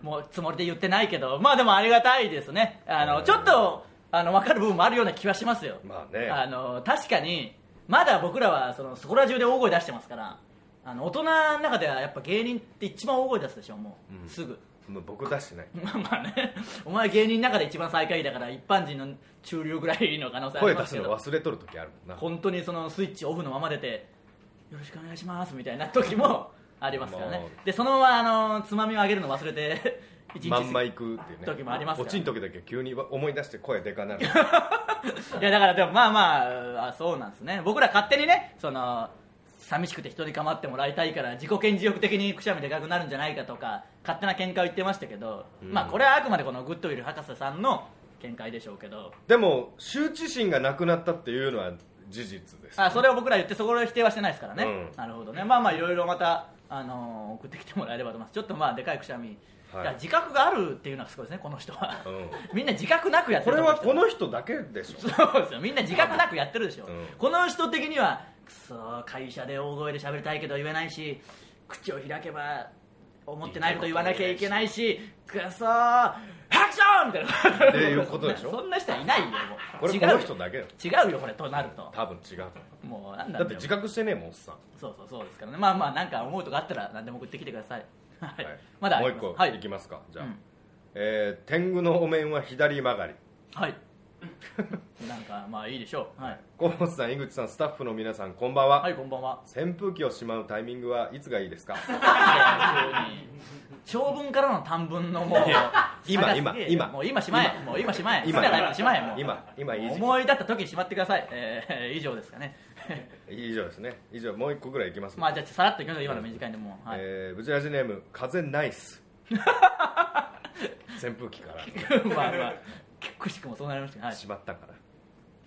Speaker 1: もうつもりで言ってないけどまあでもありがたいですねあの、
Speaker 2: うん
Speaker 1: ちょっとあの分かる部分もあるような気はしますよ、
Speaker 2: まあね
Speaker 1: あの確かにまだ僕らはそのそこら中で大声出してますからあの大人の中ではやっぱ芸人って一番大声出すでしょもう、
Speaker 2: うん
Speaker 1: すぐ
Speaker 2: もう僕出してない
Speaker 1: まあまあねお前芸人の中で一番最下位だから一般人の中流ぐらいの可能性あ
Speaker 2: 声
Speaker 1: りま
Speaker 2: 出
Speaker 1: す
Speaker 2: す
Speaker 1: けど
Speaker 2: の忘れとる時あるもんな
Speaker 1: 本当にそのスイッチオフのまま出てよろしくお願いしますみたいな時 もありますからね
Speaker 2: も
Speaker 1: でそのままあのつまみを上げるの忘れて 一日
Speaker 2: まんま行くっていうね
Speaker 1: 時もありますから
Speaker 2: 落ちん時だけ急に思い出して声でかなる
Speaker 1: いやだからでもまあまああそうなんですね僕ら勝手にねその寂しくて人に構ってもらいたいから自己顕示欲的にくしゃみでかくなるんじゃないかとか勝手な見解を言ってましたけど、
Speaker 2: うん
Speaker 1: まあこれはあくまでこのグッドウィル博士さんの見解でしょうけど
Speaker 2: でも羞恥心がなくなったっていうのは事実です
Speaker 1: あそれを僕ら言ってそこで否定はしてないですからね、
Speaker 2: うん
Speaker 1: なるほどねまあまあいろいろまた、あのー送ってきてもらえればと思いますちょっとまあでかいくしゃみ、
Speaker 2: はい
Speaker 1: いや自覚があるっていうのがすごいですねこの人は、
Speaker 2: う
Speaker 1: みんな自覚なくやって
Speaker 2: こ
Speaker 1: る
Speaker 2: れ
Speaker 1: と思
Speaker 2: は
Speaker 1: う
Speaker 2: この人だけでしょ
Speaker 1: そうですよみんな自覚なくやってるでしょ、
Speaker 2: うん
Speaker 1: この人的にはくそ会社で大声で喋りたいけど言えないし口を開けば思ってないこと言わなきゃいけないしくそハクションみたいな
Speaker 2: っていうことでしょ
Speaker 1: そんな人はいないよもう
Speaker 2: これ
Speaker 1: 違う
Speaker 2: この人だけだよ
Speaker 1: 違うよこれとなると
Speaker 2: 多分違う
Speaker 1: もうなんだ
Speaker 2: だって自覚してねえもんおっさん
Speaker 1: そうそうそうですからねまあまあなんか思うとかあったら何でも送ってきてくださいはい、
Speaker 2: はい
Speaker 1: まだあ
Speaker 2: もう
Speaker 1: ります
Speaker 2: 一個
Speaker 1: はい
Speaker 2: きますか、じゃあ、
Speaker 1: うん
Speaker 2: えー天狗のお面は左曲がり
Speaker 1: はいなんかまあいいでしょうはい、
Speaker 2: 河本さん井口さんスタッフの皆さんこんばんは、
Speaker 1: はい、こんばんは
Speaker 2: 扇風機をしまうタイミングはいつがいいで すか
Speaker 1: 長文からの短文のもう
Speaker 2: 今
Speaker 1: 差がすげえ
Speaker 2: 今今
Speaker 1: もう今しまえ
Speaker 2: 今
Speaker 1: もう今しまえ
Speaker 2: 今
Speaker 1: 好きなタイプにしまえもう
Speaker 2: 今今いい時期
Speaker 1: 思い立った時にしまってください、えー、以上ですかね
Speaker 2: 以上ですね以上もう一個ぐらいいきます、
Speaker 1: まあじゃあさらっといきましょう今の短いんでもう、はい
Speaker 2: えーブチラジネーム風ナ イス扇風機から
Speaker 1: まあまあくしくもそうなりましたけどはい
Speaker 2: しまったから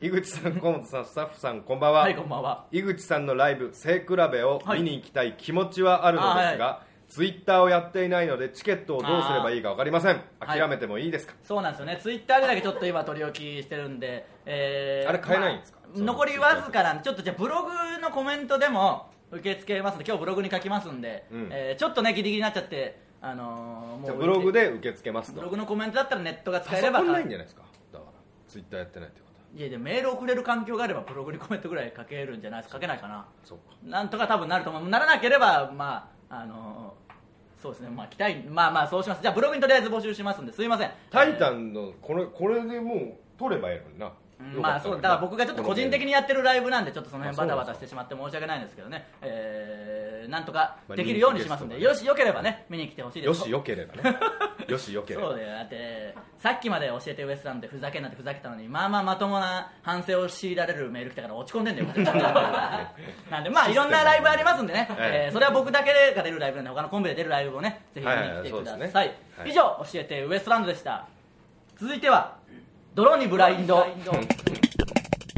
Speaker 2: 井口さん河本さんスタッフさんこんばんは、
Speaker 1: はいこんばんは
Speaker 2: 井口さんのライブ「背比べ」を見に行きたい気持ちはあるのですが、
Speaker 1: はいあ
Speaker 2: ツイッターをやっていないのでチケットをどうすればいいか分かりません
Speaker 1: はい
Speaker 2: 諦めてもいいですか、
Speaker 1: そうなんですよね、ツイッターでだけちょっと今、取り置きしてるんで、えー
Speaker 2: あれ買えないんですか
Speaker 1: まあ
Speaker 2: その
Speaker 1: 残りわずかなんで、ちょっとじゃあブログのコメントでも受け付けますんで、今日ブログに書きますんで、
Speaker 2: うん
Speaker 1: えーちょっとね、ギリギリになっちゃって、あのーも
Speaker 2: じゃあ
Speaker 1: う
Speaker 2: ブログで受け付けます
Speaker 1: ブ
Speaker 2: と
Speaker 1: ログのコメントだったらネットが使
Speaker 2: パ
Speaker 1: え
Speaker 2: ソ
Speaker 1: れ
Speaker 2: コ
Speaker 1: ば
Speaker 2: ン
Speaker 1: 買う
Speaker 2: ないんじゃないですかだからツイッターやってないってこ
Speaker 1: いやいや、メール送れる環境があれば、ブログにコメントぐらい書けるんじゃないですか、書けないかな、
Speaker 2: とそうか
Speaker 1: なんとか多分なると思う、ならなければ、まあ、あのーそうですね、まあ、期待、まあまあ、そうします、じゃあブログにとりあえず募集しますんで、すいません。
Speaker 2: タイタンのこれこれでもう取ればいいのにな
Speaker 1: うん
Speaker 2: よ
Speaker 1: ま
Speaker 2: か
Speaker 1: あ
Speaker 2: った
Speaker 1: そ
Speaker 2: の
Speaker 1: う
Speaker 2: に
Speaker 1: だから僕がちょっと個人的にやってるライブなんでちょっとその辺
Speaker 2: あそう
Speaker 1: バ
Speaker 2: な
Speaker 1: タ
Speaker 2: ん
Speaker 1: バ
Speaker 2: ですか
Speaker 1: タしてしまって申し訳ないんですけどね、えーなんとかできるようにしますんで、
Speaker 2: まあ人気
Speaker 1: よしよけ
Speaker 2: ゲストがね
Speaker 1: ればね見に来てほしいで
Speaker 2: よ
Speaker 1: す
Speaker 2: しよければ ねよしよければ
Speaker 1: そうだよだってさっきまで教えてウエストランドでふざけんなってふざけたのにまあまあまともな反省を強いられるメール来たから落ち込んでん だよなんでまあいろんなライブありますんでね、
Speaker 2: はい
Speaker 1: えーそれは僕だけが出るライブなんで他のコンビで出るライブをねぜひ見に来てくだ
Speaker 2: はいはいそうです
Speaker 1: さい、
Speaker 2: ねはい
Speaker 1: 以上教えてウエストランドでした続いては泥にブラインドまあね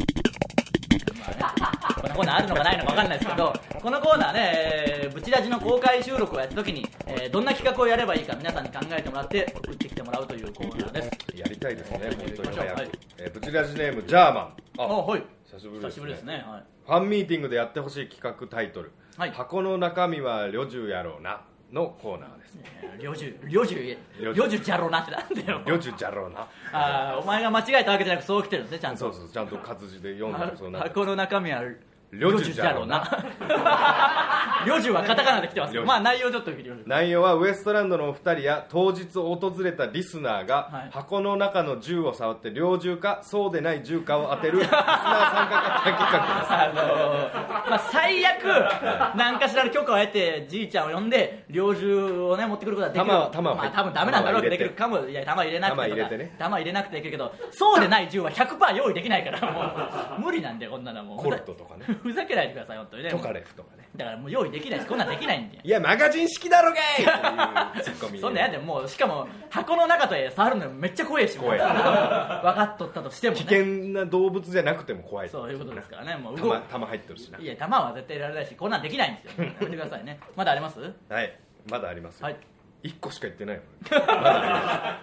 Speaker 1: こんなコーナーあるのかないのか分かんないですけどこのコーナーね、えーブチラジの公開収録をやった時に、えーどんな企画をやればいいか皆さんに考えてもらって送ってきてもらうというコーナーです
Speaker 2: やりたいですね本当に早く、
Speaker 1: はい
Speaker 2: えーブチラジネームジャーマンあ
Speaker 1: あはい
Speaker 2: 久しぶり
Speaker 1: 久しぶりですねはい
Speaker 2: ファンミーティングでやってほしい企画タイトル、
Speaker 1: はい
Speaker 2: 箱の中身は旅中やろうなのコーナ ーです
Speaker 1: 領寿領寿
Speaker 2: 領寿
Speaker 1: 領寿じゃろうなってなんだよ
Speaker 2: 「旅中じゃろうな
Speaker 1: あーお前が間違えたわけじゃなくそう来てるんですねちゃ」ん
Speaker 2: そ
Speaker 1: と
Speaker 2: うそうちゃんと活字で読んで
Speaker 1: は
Speaker 2: るそうなん
Speaker 1: 箱の中身は
Speaker 2: 領寿じゃろうな
Speaker 1: 領寿はカタカナで来てますけど
Speaker 2: 領寿
Speaker 1: まあ内容ちょっと見てみましょう
Speaker 2: 内容はウエストランドのお二人や当日訪れたリスナー
Speaker 1: は
Speaker 2: が
Speaker 1: い
Speaker 2: 箱の中の銃を触って猟銃かそうでない銃かを当てるリスナー参加型企画です
Speaker 1: あのーまあ、最悪何かしらの許可を得てじいちゃんを呼んで猟銃をね持ってくることはできる
Speaker 2: 弾は弾は
Speaker 1: ま
Speaker 2: 入
Speaker 1: あ
Speaker 2: って
Speaker 1: 多分ダメなんだろうけど
Speaker 2: 弾は
Speaker 1: できるかも
Speaker 2: 入れて
Speaker 1: いや弾入れなくて
Speaker 2: 弾入
Speaker 1: と
Speaker 2: れ
Speaker 1: か
Speaker 2: てね
Speaker 1: 弾入れなくてできるけどそうでない銃は100%用意できないからもう無理なんでこんなのはもう
Speaker 2: コルトとかね
Speaker 1: ふざけないでください本当にね
Speaker 2: トカレフとかね
Speaker 1: だからもう用意できないしこんなんできないんで
Speaker 2: いやマガジン式だろがいっていうツッコミ
Speaker 1: そんなんやでもうしかも箱の中とえ触るのめっちゃ怖いし
Speaker 2: 怖い
Speaker 1: 分かっとったとしても
Speaker 2: 危
Speaker 1: ね
Speaker 2: 険な動物じゃなくても怖い
Speaker 1: そういうことですからねもう動
Speaker 2: 弾
Speaker 1: く
Speaker 2: 弾入ってるしない
Speaker 1: や弾は絶対いられないしこんなんできないん ですよやめてくださいねまだあります
Speaker 2: はいまだありますよ、
Speaker 1: はい
Speaker 2: 一1個しか言ってないの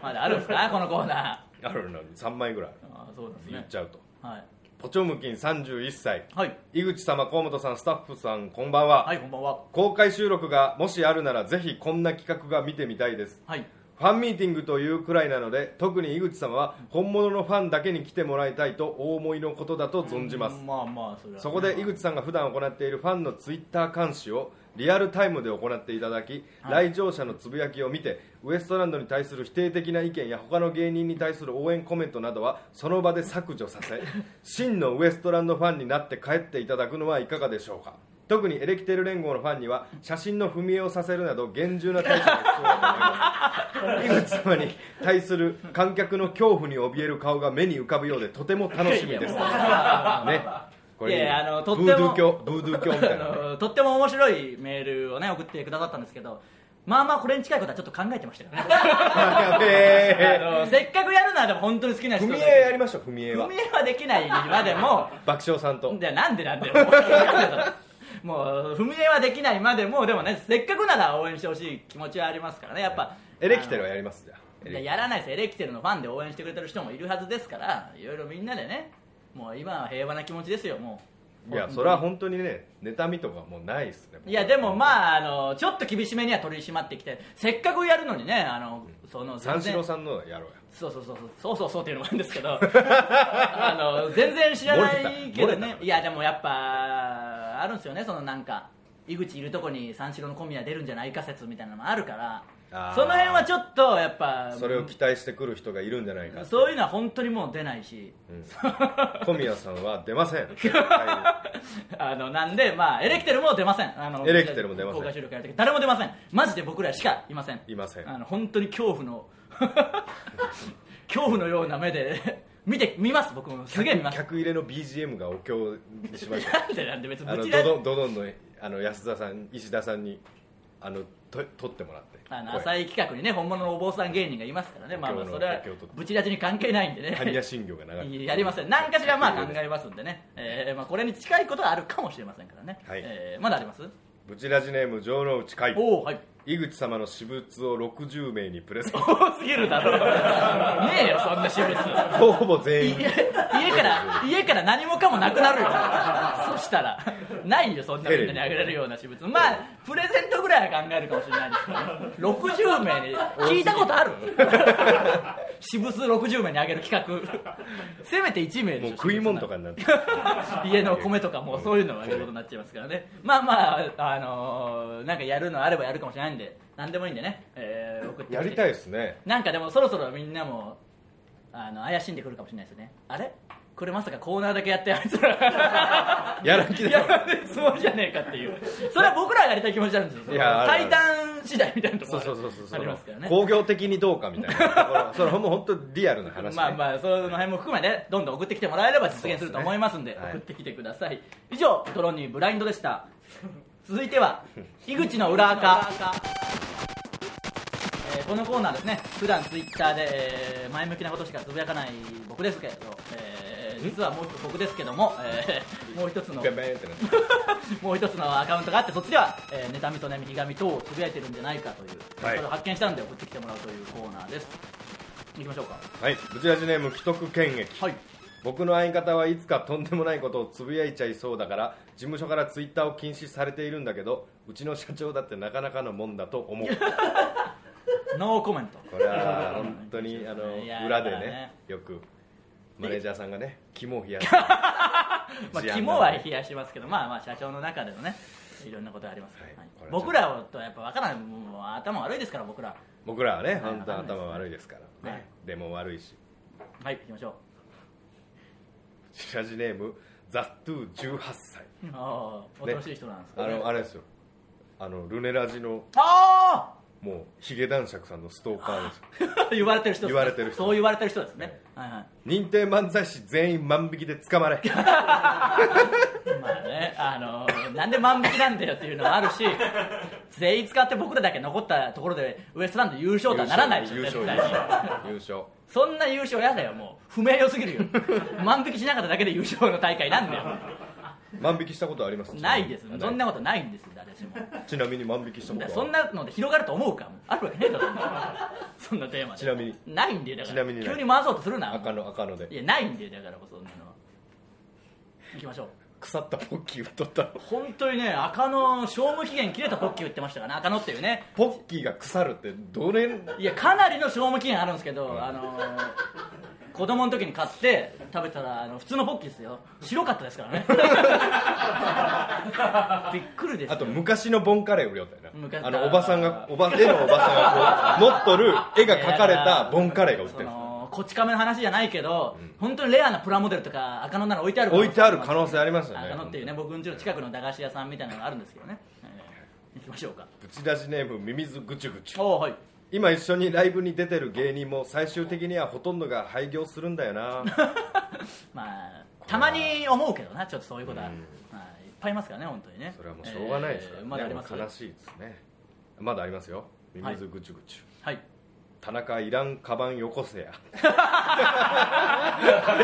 Speaker 1: まだあるんですかこのコーナ
Speaker 2: あるのに3枚ぐらい
Speaker 1: ーあーそうです
Speaker 2: 言っ
Speaker 1: ね
Speaker 2: ちゃうと、
Speaker 1: はい、
Speaker 2: ポチョムキン31歳
Speaker 1: はい、
Speaker 2: 井口様河本さんスタッフさんこんばんは、
Speaker 1: はい、こんばんは
Speaker 2: 公開収録がもしあるならぜひこんな企画が見てみたいです
Speaker 1: はい
Speaker 2: ファンミーティングというくらいなので特に井口様は本物のファンだけに来てもらいたいとお思いのことだと存じます
Speaker 1: まあまあそれは
Speaker 2: そこで井口さんが普段行っているファンのツイッター監視をリアルタイムで行っていただき、
Speaker 1: はい
Speaker 2: 来場者のつぶやきを見てウエストランドに対する否定的な意見や他の芸人に対する応援コメントなどはその場で削除 させ真のウエストランドファンになって帰っていただくのはいかがでしょうか特にエレキテル連合のファンには写真の踏み絵をさせるなど厳重な対処が必要だと思います井口 様に対する観客の恐怖に怯える顔が目に浮かぶようでとても楽しみで
Speaker 1: い
Speaker 2: すね
Speaker 1: や
Speaker 2: これ
Speaker 1: いやいやあのとって
Speaker 2: ブ
Speaker 1: も
Speaker 2: ードゥー教ブードゥー教み
Speaker 1: あ
Speaker 2: たいな ね
Speaker 1: のとっても面白いメールをね送ってくださったんですけどまあまあこれに近いことはちょっと考えてましたよね
Speaker 2: やべ
Speaker 1: あのせっかくやるならでも本当に好きな
Speaker 2: え
Speaker 1: 人
Speaker 2: 踏
Speaker 1: だ
Speaker 2: み
Speaker 1: け
Speaker 2: 絵やりましょう踏み絵は
Speaker 1: 踏み絵はできないまでも
Speaker 2: 爆笑さんと
Speaker 1: じゃあなんでなんでよもう踏み絵はできないまでもでもねせっかくなら応援してほしい気持ちはありますからねやっぱ
Speaker 2: エレキテルは
Speaker 1: あ
Speaker 2: やりますじゃ
Speaker 1: の
Speaker 2: あエ
Speaker 1: いや
Speaker 2: レキ
Speaker 1: やらないですエレキテルのファンで応援してくれてる人もいるはずですからいろいろみんなでねもう今は平和な気持ちですよもう
Speaker 2: いやそれは本当にね妬みとかもうないですね
Speaker 1: いやでもまああのちょっと厳しめには取り締まってきてせっかくやるのにねあのその全
Speaker 2: 三四
Speaker 1: 然
Speaker 2: 郎さんのやろうや
Speaker 1: そうそうそうそうそうそうそうっていうのもあるんですけど あの全然知らな
Speaker 2: 漏れ
Speaker 1: い
Speaker 2: た
Speaker 1: けど
Speaker 2: 漏れ
Speaker 1: ね
Speaker 2: た
Speaker 1: いやでもやっぱあるんですよねそのなんか井口いるとこに三四郎の小宮出るんじゃないか説みたいなのもあるから
Speaker 2: あー
Speaker 1: その辺はちょっとやっぱ
Speaker 2: それを期待してくる人がいるんじゃないか
Speaker 1: そういうのは本当にもう出ないし、
Speaker 2: 小宮さんは出ません絶対
Speaker 1: あのなんで、まあ、エレキテルも出ませんあの
Speaker 2: エレキテルも出ません
Speaker 1: 公開収録やる時誰も出ませんマジで僕らしかいません
Speaker 2: いませ ん
Speaker 1: あの本当に恐怖の恐怖のような目で見て見ます僕もすげえ見
Speaker 2: に
Speaker 1: ます
Speaker 2: 客入れの BGM がお経にしました
Speaker 1: なんでなんで別 に
Speaker 2: あ
Speaker 1: ぶ
Speaker 2: の
Speaker 1: ちら
Speaker 2: ドドンドドンのあの安田さん石田さんにあのと取ってもらって
Speaker 1: あの
Speaker 2: 声
Speaker 1: 浅い企画にね本物のお坊さん芸人がいますからねまあまあ
Speaker 2: 今日の
Speaker 1: それは
Speaker 2: 今日と
Speaker 1: ぶちラジに関係ないんで
Speaker 2: 般若
Speaker 1: ね
Speaker 2: 心経が流れて る
Speaker 1: やりません何かしらまあ考えますんでね、えーまあ、これに近いことはあるかもしれませんからね、
Speaker 2: はい
Speaker 1: えーまだあります
Speaker 2: ブチラジネーム城之内海
Speaker 1: おおはい
Speaker 2: 井口様の私物を60名にプレゼント
Speaker 1: 多すぎるだ ろねえよそんな私物
Speaker 2: ほぼ全
Speaker 1: い
Speaker 2: 員
Speaker 1: 家から家から何もかもなくなるよそしたらないよそんなみんなにあげれるような私物まあプレゼントぐらいは考えるかもしれないですけど60名に聞いたことある 私物60名にあげる企画せめて1名でしょ
Speaker 2: もう食い物とかになってる
Speaker 1: 家の米とかもそういうのがあげることになっちゃいますからねまあまああのーなんかやるのあればやるかもしれないんで何でもいいんでね、えー送って
Speaker 2: や
Speaker 1: ほし
Speaker 2: りたいですね
Speaker 1: なんかでもそろそろみんなもあの怪しんでくるかもしれないですねあれこれまさかコーナーだけやってあいつら
Speaker 2: やらん気だ
Speaker 1: やらないつもりじゃねえかっていうそれは僕らがやりたい気持ちなんですよその
Speaker 2: いやあるある
Speaker 1: 対談次第みたいなとこ
Speaker 2: そ
Speaker 1: ろ
Speaker 2: う
Speaker 1: が
Speaker 2: そうそうそう
Speaker 1: ありますからね
Speaker 2: 工業的にどう かみたいなところそれほんま本当リアルな話、ね、
Speaker 1: まあまあその辺も含めねどんどん送ってきてもらえれば実現すると思いますんで
Speaker 2: そうですねはい
Speaker 1: 送ってきてください以上ドロニーブラインドでした続いて は樋口の裏垢えーこのコーナーですね普段ツイッターでえー前向きなことしかつぶやかない僕ですけど、えー実はもう一つ僕ですけども、え ーもう一つの
Speaker 2: ベンベンってなって
Speaker 1: もう一つのアカウントがあってそっちでは、えー、妬みとねみひがみ等をつぶやいてるんじゃないかという、
Speaker 2: はい
Speaker 1: それを発見したんで送ってきてもらうというコーナーですいきましょうか
Speaker 2: はいブチラジネーム既得権益
Speaker 1: はい
Speaker 2: 僕の相方はいつかとんでもないことをつぶやいちゃいそうだから事務所からツイッターを禁止されているんだけどうちの社長だってなかなかのもんだと思う
Speaker 1: ノーコメント
Speaker 2: これは本 当にあ
Speaker 1: いや
Speaker 2: の
Speaker 1: ー
Speaker 2: 裏で
Speaker 1: だから
Speaker 2: ね
Speaker 1: ね
Speaker 2: よくマネージャーさんがね肝を冷やす
Speaker 1: まあ、
Speaker 2: 事案なので
Speaker 1: 肝は冷やしますけど、まあ、まあ社長の中でのねいろんなことがありますから、
Speaker 2: はい
Speaker 1: はい
Speaker 2: これは
Speaker 1: 僕らはとやっぱ分からないもう頭悪いですから僕ら
Speaker 2: 僕らはね
Speaker 1: はい
Speaker 2: 本当頭悪いですからね、
Speaker 1: はい
Speaker 2: でも悪いし
Speaker 1: はい行きましょう
Speaker 2: シャジネームザ・トゥ18歳
Speaker 1: ああおとなしい人なんですか、
Speaker 2: あ
Speaker 1: ね
Speaker 2: のあれですよあのルネラジの
Speaker 1: あ
Speaker 2: もうヒゲ男爵さんのストーカーですよ
Speaker 1: あ言われてる人ですね
Speaker 2: 言われてる人
Speaker 1: そう言われてる人ですね、はいはい
Speaker 2: 認定漫才師全員万引きで 捕まれ
Speaker 1: まあね、あのなんで万引きなんだよっていうのもあるし、 全員使って僕らだけ残ったところで、ウエストランド優勝とはならないでしょ、
Speaker 2: 優勝
Speaker 1: 絶
Speaker 2: 優
Speaker 1: 対に。
Speaker 2: 勝優勝
Speaker 1: そんな優勝やだよ、もう、不明よすぎるよ、万引きしなかっただけで優勝の大会なんだよ、
Speaker 2: 万引きしたことあります
Speaker 1: ないです、そんな
Speaker 2: こ
Speaker 1: ことないんですよ、誰しも。
Speaker 2: とちなみに万引きしたこ
Speaker 1: だから
Speaker 2: と
Speaker 1: そん
Speaker 2: な
Speaker 1: なので広がると思うか、もうあるわけねえだろ、そんなそんなテーマで
Speaker 2: ちなみに
Speaker 1: ないんだよ、だか
Speaker 2: ちな
Speaker 1: ら、
Speaker 2: みにない
Speaker 1: 急に回そうとするな、
Speaker 2: 赤の赤の
Speaker 1: い
Speaker 2: で
Speaker 1: や、ないんだよ、だからこそ、そんなのは。行きましょう。
Speaker 2: 腐ったポッキーを取ったの
Speaker 1: 本当にね赤野賞味期限切れたポッキー売ってましたからね赤野っていうね
Speaker 2: ポッキーが腐るってどれ
Speaker 1: いやかなりの賞味期限あるんですけど、あのー子供の時に買って食べたらあの普通のポッキーですよ白かったですから ねびっくりですよ
Speaker 2: あと昔のボンカレー売りよったよ
Speaker 1: 昔
Speaker 2: なあのおばさんがおば絵のおばさんがこう持っとる絵が描かれたボンカレーが売って
Speaker 1: そ
Speaker 2: るんです
Speaker 1: のこち亀の話じゃないけど、本当にレアなプラモデルとか赤野なら置いてある可能性
Speaker 2: 置いてある可能性ありますよね
Speaker 1: 赤野っていうね僕ん家の近くの駄菓子屋さんみたいなのがあるんですけどね、えー行きましょうか
Speaker 2: ぶち出しネームミミズぐちゅぐちゅ
Speaker 1: おーはい
Speaker 2: 今一緒にライブに出てる芸人も最終的にはほとんどが廃業するんだ よな
Speaker 1: まあ、たまに思うけどな、ちょっとそういうことは、
Speaker 2: うん
Speaker 1: まあ、いっぱいいますからね、本当にね。
Speaker 2: それはもうしょうがないですから、
Speaker 1: え
Speaker 2: ね
Speaker 1: ーまだあります
Speaker 2: もう悲しいですねまだありますよミミズぐちゅぐちゅ、
Speaker 1: はい、
Speaker 2: 田中いらんカバンよこせや シンプルね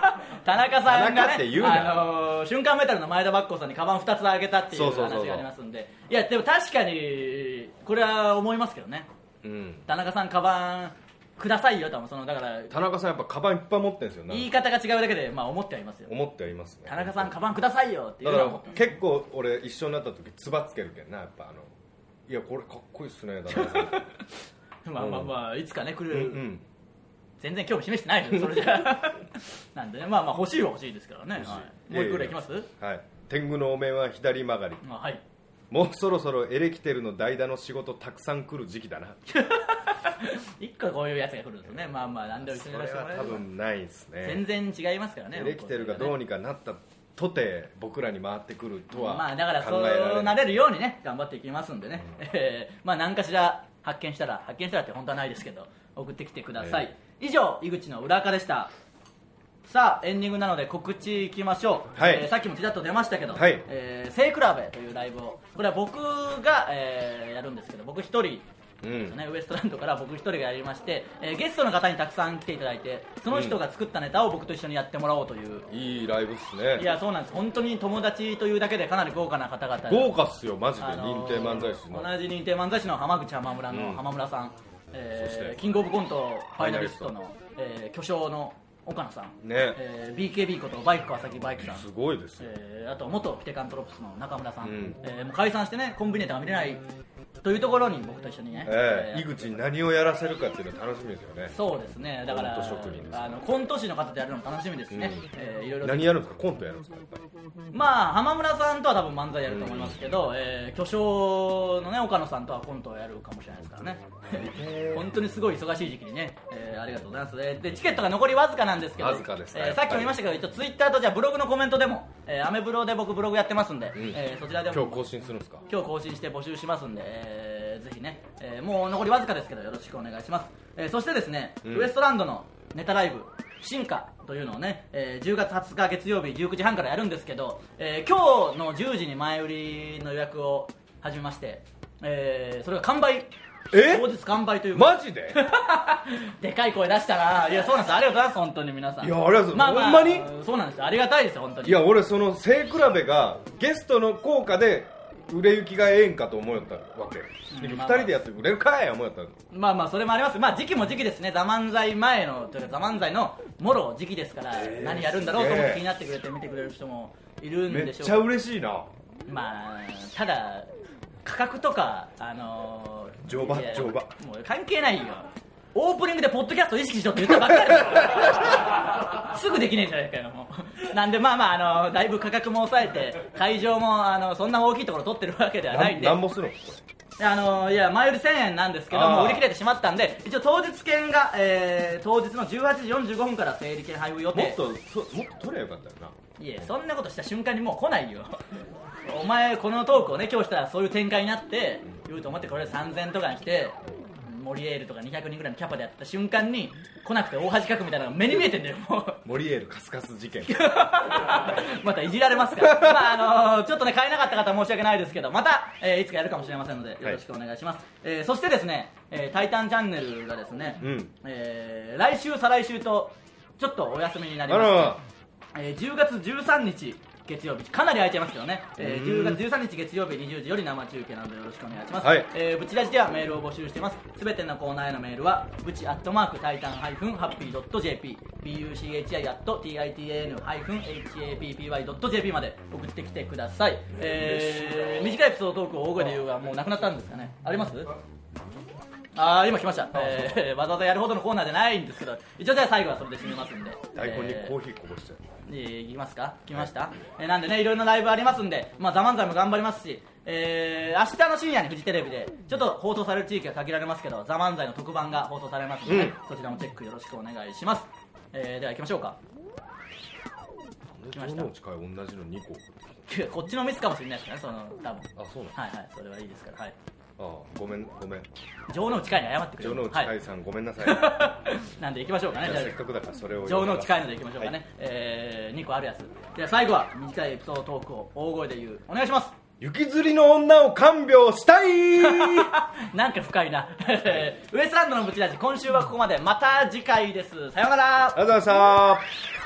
Speaker 1: 田中さん
Speaker 2: 田
Speaker 1: が
Speaker 2: 中って言
Speaker 1: ね、
Speaker 2: うな
Speaker 1: あのー瞬間メタルの前田幕子さんにカバン2つあげたっていう
Speaker 2: そうそうそうそう
Speaker 1: 話がありますんで、いや、でも確かに、これは思いますけどね、
Speaker 2: うん
Speaker 1: 田中さん、カバンくださいよ、多分そのだから、
Speaker 2: 田中さんやっぱカバンいっぱい持ってるんですよなんか
Speaker 1: 言い方が違うだけで、まあ、思ってはいますよ、
Speaker 2: 思ってはいますね
Speaker 1: 田中さん、カバンくださいよってい
Speaker 2: だ
Speaker 1: う
Speaker 2: か
Speaker 1: のは
Speaker 2: ら
Speaker 1: 思ってます
Speaker 2: 結構俺一緒になった時つばつけるけんなやっぱあのいやこれかっこいいっすね田中さ ん
Speaker 1: まあまあまあ、いつかね、来
Speaker 2: うんう
Speaker 1: る、
Speaker 2: ん
Speaker 1: 全然興味示してないですよ、それじ ゃなんでね、まあまあ、欲しいは欲しいですからね、はいもう一個ぐらいいきます
Speaker 2: はい天狗のお面は左曲がり
Speaker 1: まあ、はい
Speaker 2: もうそろそろエレキテルの代打の仕事たくさん来る時期だな
Speaker 1: 一個こういうやつが来るとね、まあまあ、なんでも一緒
Speaker 2: そ
Speaker 1: に
Speaker 2: れ
Speaker 1: やらせてもら
Speaker 2: は
Speaker 1: え
Speaker 2: 多
Speaker 1: れば
Speaker 2: 分ないですね
Speaker 1: 全然違いますからね、
Speaker 2: エレキテルがどうにかなったとて僕らに回ってくるとは考
Speaker 1: ま
Speaker 2: え
Speaker 1: あ、だからそ
Speaker 2: られないう
Speaker 1: なれるようにね、頑張っていきますんでね、えーまあ、何かしら発見したら、発見したらって本当はないですけど、送ってきてください。以上、井口の裏垢でした。さあエンディングなので告知いきましょう、
Speaker 2: はい
Speaker 1: えーさっきもちらっと出ましたけど「
Speaker 2: はい
Speaker 1: えー、セイクラベ」というライブをこれは僕が、えーやるんですけど僕一人
Speaker 2: うん
Speaker 1: ね、ウエストランドから 僕一人がやりまして、えーゲストの方にたくさん来ていただいてその人が作ったネタを僕と一緒にやってもらおうという、
Speaker 2: いいライブっすね
Speaker 1: いやそうなんです本当に友達というだけでかなり豪華な方々
Speaker 2: 豪華っすよマジで
Speaker 1: あの
Speaker 2: 認定漫才師の
Speaker 1: 同じ認定漫才師の浜口浜村の浜村さん、
Speaker 2: そし
Speaker 1: えー
Speaker 2: て
Speaker 1: キングオブコントファイナリストのえー巨匠の岡野さん、
Speaker 2: ね
Speaker 1: えー BKB ことバイク川崎バイクさん
Speaker 2: すごいですよ
Speaker 1: えーあと元ピテカントロプスの中村さん、
Speaker 2: うん
Speaker 1: えーもう解散してねコンビネーターが見れないというところに僕と一緒にね、
Speaker 2: え
Speaker 1: えー
Speaker 2: え井口に何をやらせるかっていうの楽しみですよね
Speaker 1: そうですねだから
Speaker 2: コント職人ですね
Speaker 1: あのコント師の方とやるのも楽しみですね、
Speaker 2: うん
Speaker 1: えーいろいろと
Speaker 2: 何やるんですかコントやるんですかやっぱり
Speaker 1: まあ浜村さんとは多分漫才やると思いますけど、えー巨匠のね岡野さんとはコントをやるかもしれないですからね本当にすごい忙しい時期にね、えーありがとうございます、えーでチケットが残りわずかなんですけど
Speaker 2: わずかですね
Speaker 1: えーさっきも言いましたけど一応ツイッターとじゃあブログのコメントでも、えーアメブロで僕ブログやってますんで、
Speaker 2: ん
Speaker 1: えーそちらで
Speaker 2: 今
Speaker 1: も
Speaker 2: 日更新するんですか
Speaker 1: 今日更新して募集しますんで、えーぜひね、えーもう残りわずかですけどよろしくお願いします、えーそしてですね、
Speaker 2: うん
Speaker 1: ウエストランドのネタライブ進化というのをね、えー10月20日月曜日19時半からやるんですけど、えー今日の10時に前売りの予約を始めまして、えーそれが完売
Speaker 2: え
Speaker 1: 当日完売という
Speaker 2: マジで
Speaker 1: でかい声出したないやそうなんですありがとうございます本当に皆さん
Speaker 2: いやありがとうございますほんま
Speaker 1: そうなんですありがたいですよ本当に
Speaker 2: いや俺その背比べがゲストの効果で売れ行きがええんかと思いよったわけ、で
Speaker 1: うん
Speaker 2: 二人でやって売れるかい思いよったの
Speaker 1: まあまあそれもありますまあ時期も時期ですね「ザ漫才前のというか「ザ漫才のもろ時期ですから、
Speaker 2: えー
Speaker 1: 何やるんだろうと思って
Speaker 2: すげえ
Speaker 1: 気になってくれて見てくれる人もいるん
Speaker 2: めっ
Speaker 1: でしょう
Speaker 2: ちゃ嬉しいな
Speaker 1: まあただ価格とかあのー
Speaker 2: 乗馬
Speaker 1: いや
Speaker 2: 乗馬
Speaker 1: もう関係ないよオープニングでポッドキャストを意識しろって言ったばっかり だよすぐできねえじゃないかよもうなんでまあまあ、あのーだいぶ価格も抑えて会場も、あのーそんな大きいところ取ってるわけではないんで
Speaker 2: なんぼするのこ
Speaker 1: あのいや前売り1000円なんですけど
Speaker 2: あー
Speaker 1: もう売り切れてしまったんで一応当日券が、えー当日の18時45分から整理券配布予
Speaker 2: れ
Speaker 1: 定
Speaker 2: もっとそもっと取りゃよかったよない
Speaker 1: やそんなことした瞬間にもう来ないよ お前このトークをね今日したらそういう展開になって言うと思ってこれ3000とかに来てモリエールとか200人ぐらいのキャパでやった瞬間に来なくて大恥かくみたいなのが目に見えてんだよもう
Speaker 2: モリエールカスカ ス事件
Speaker 1: またいじられますから、まああのちょっとね買えなかった方は申し訳ないですけどまた、えーいつかやるかもしれませんのでよろしくお願いします、えーそしてですね「えータイタンチャンネル」がですね、
Speaker 2: うん
Speaker 1: えー来週再来週とちょっとお休みにな
Speaker 2: あ
Speaker 1: ります
Speaker 2: ら
Speaker 1: えー10月13日月曜日かなり空いちゃいますけどね、えー
Speaker 2: う
Speaker 1: 10
Speaker 2: ん
Speaker 1: 月13日月曜日20時より生中継などよろしくお願いします、
Speaker 2: はい
Speaker 1: えーブチラジではメールを募集してますすべてのコーナーへのメールはブチアットマークタイタンハイフンハッピードット JP buchi アット titan ハイフン happy ドット JP まで送ってきてください、えー短いエピソードトークを大声で言うはもうなくなったんですかねありますあー今来ました、えーわざわざやるほどのコーナーじゃないんですけど一応じゃあ最後はそれで締めますんで
Speaker 2: 大根に
Speaker 1: えー
Speaker 2: コーヒーこぼしちゃう
Speaker 1: えー、いきますか来ました、えーなんでねいろいろなライブありますんで、まあ、ザ・漫才も頑張りますし、えー明日の深夜にフジテレビでちょっと放送される地域は限られますけどザ・漫才の特番が放送されますので、
Speaker 2: うん
Speaker 1: そちらもチェックよろしくお願いします、えーでは行きましょうか 来ました
Speaker 2: の近い同じの2個
Speaker 1: こっちのミスかもしれないですねその多分
Speaker 2: あそうなの
Speaker 1: はいはいそれはいいですからはい
Speaker 2: ああごめんごめん
Speaker 1: 情の近いに謝ってくれ
Speaker 2: 城之内
Speaker 1: は
Speaker 2: 海
Speaker 1: い、
Speaker 2: さん、ごめんなさいじゃ
Speaker 1: なんで行きましょうか
Speaker 2: あ
Speaker 1: ねじゃあ
Speaker 2: せっかくだからそれを
Speaker 1: 情の
Speaker 2: 近
Speaker 1: 近いのでいきましょうかね、え2個あるやつでは最後は短いエピソードトークを大声で言うお願いします
Speaker 2: 雪吊りの女を看病した い
Speaker 1: なんか深いな ウエストランドのブチラジ今週はここまでまた次回ですさようなら
Speaker 2: ありがとうございました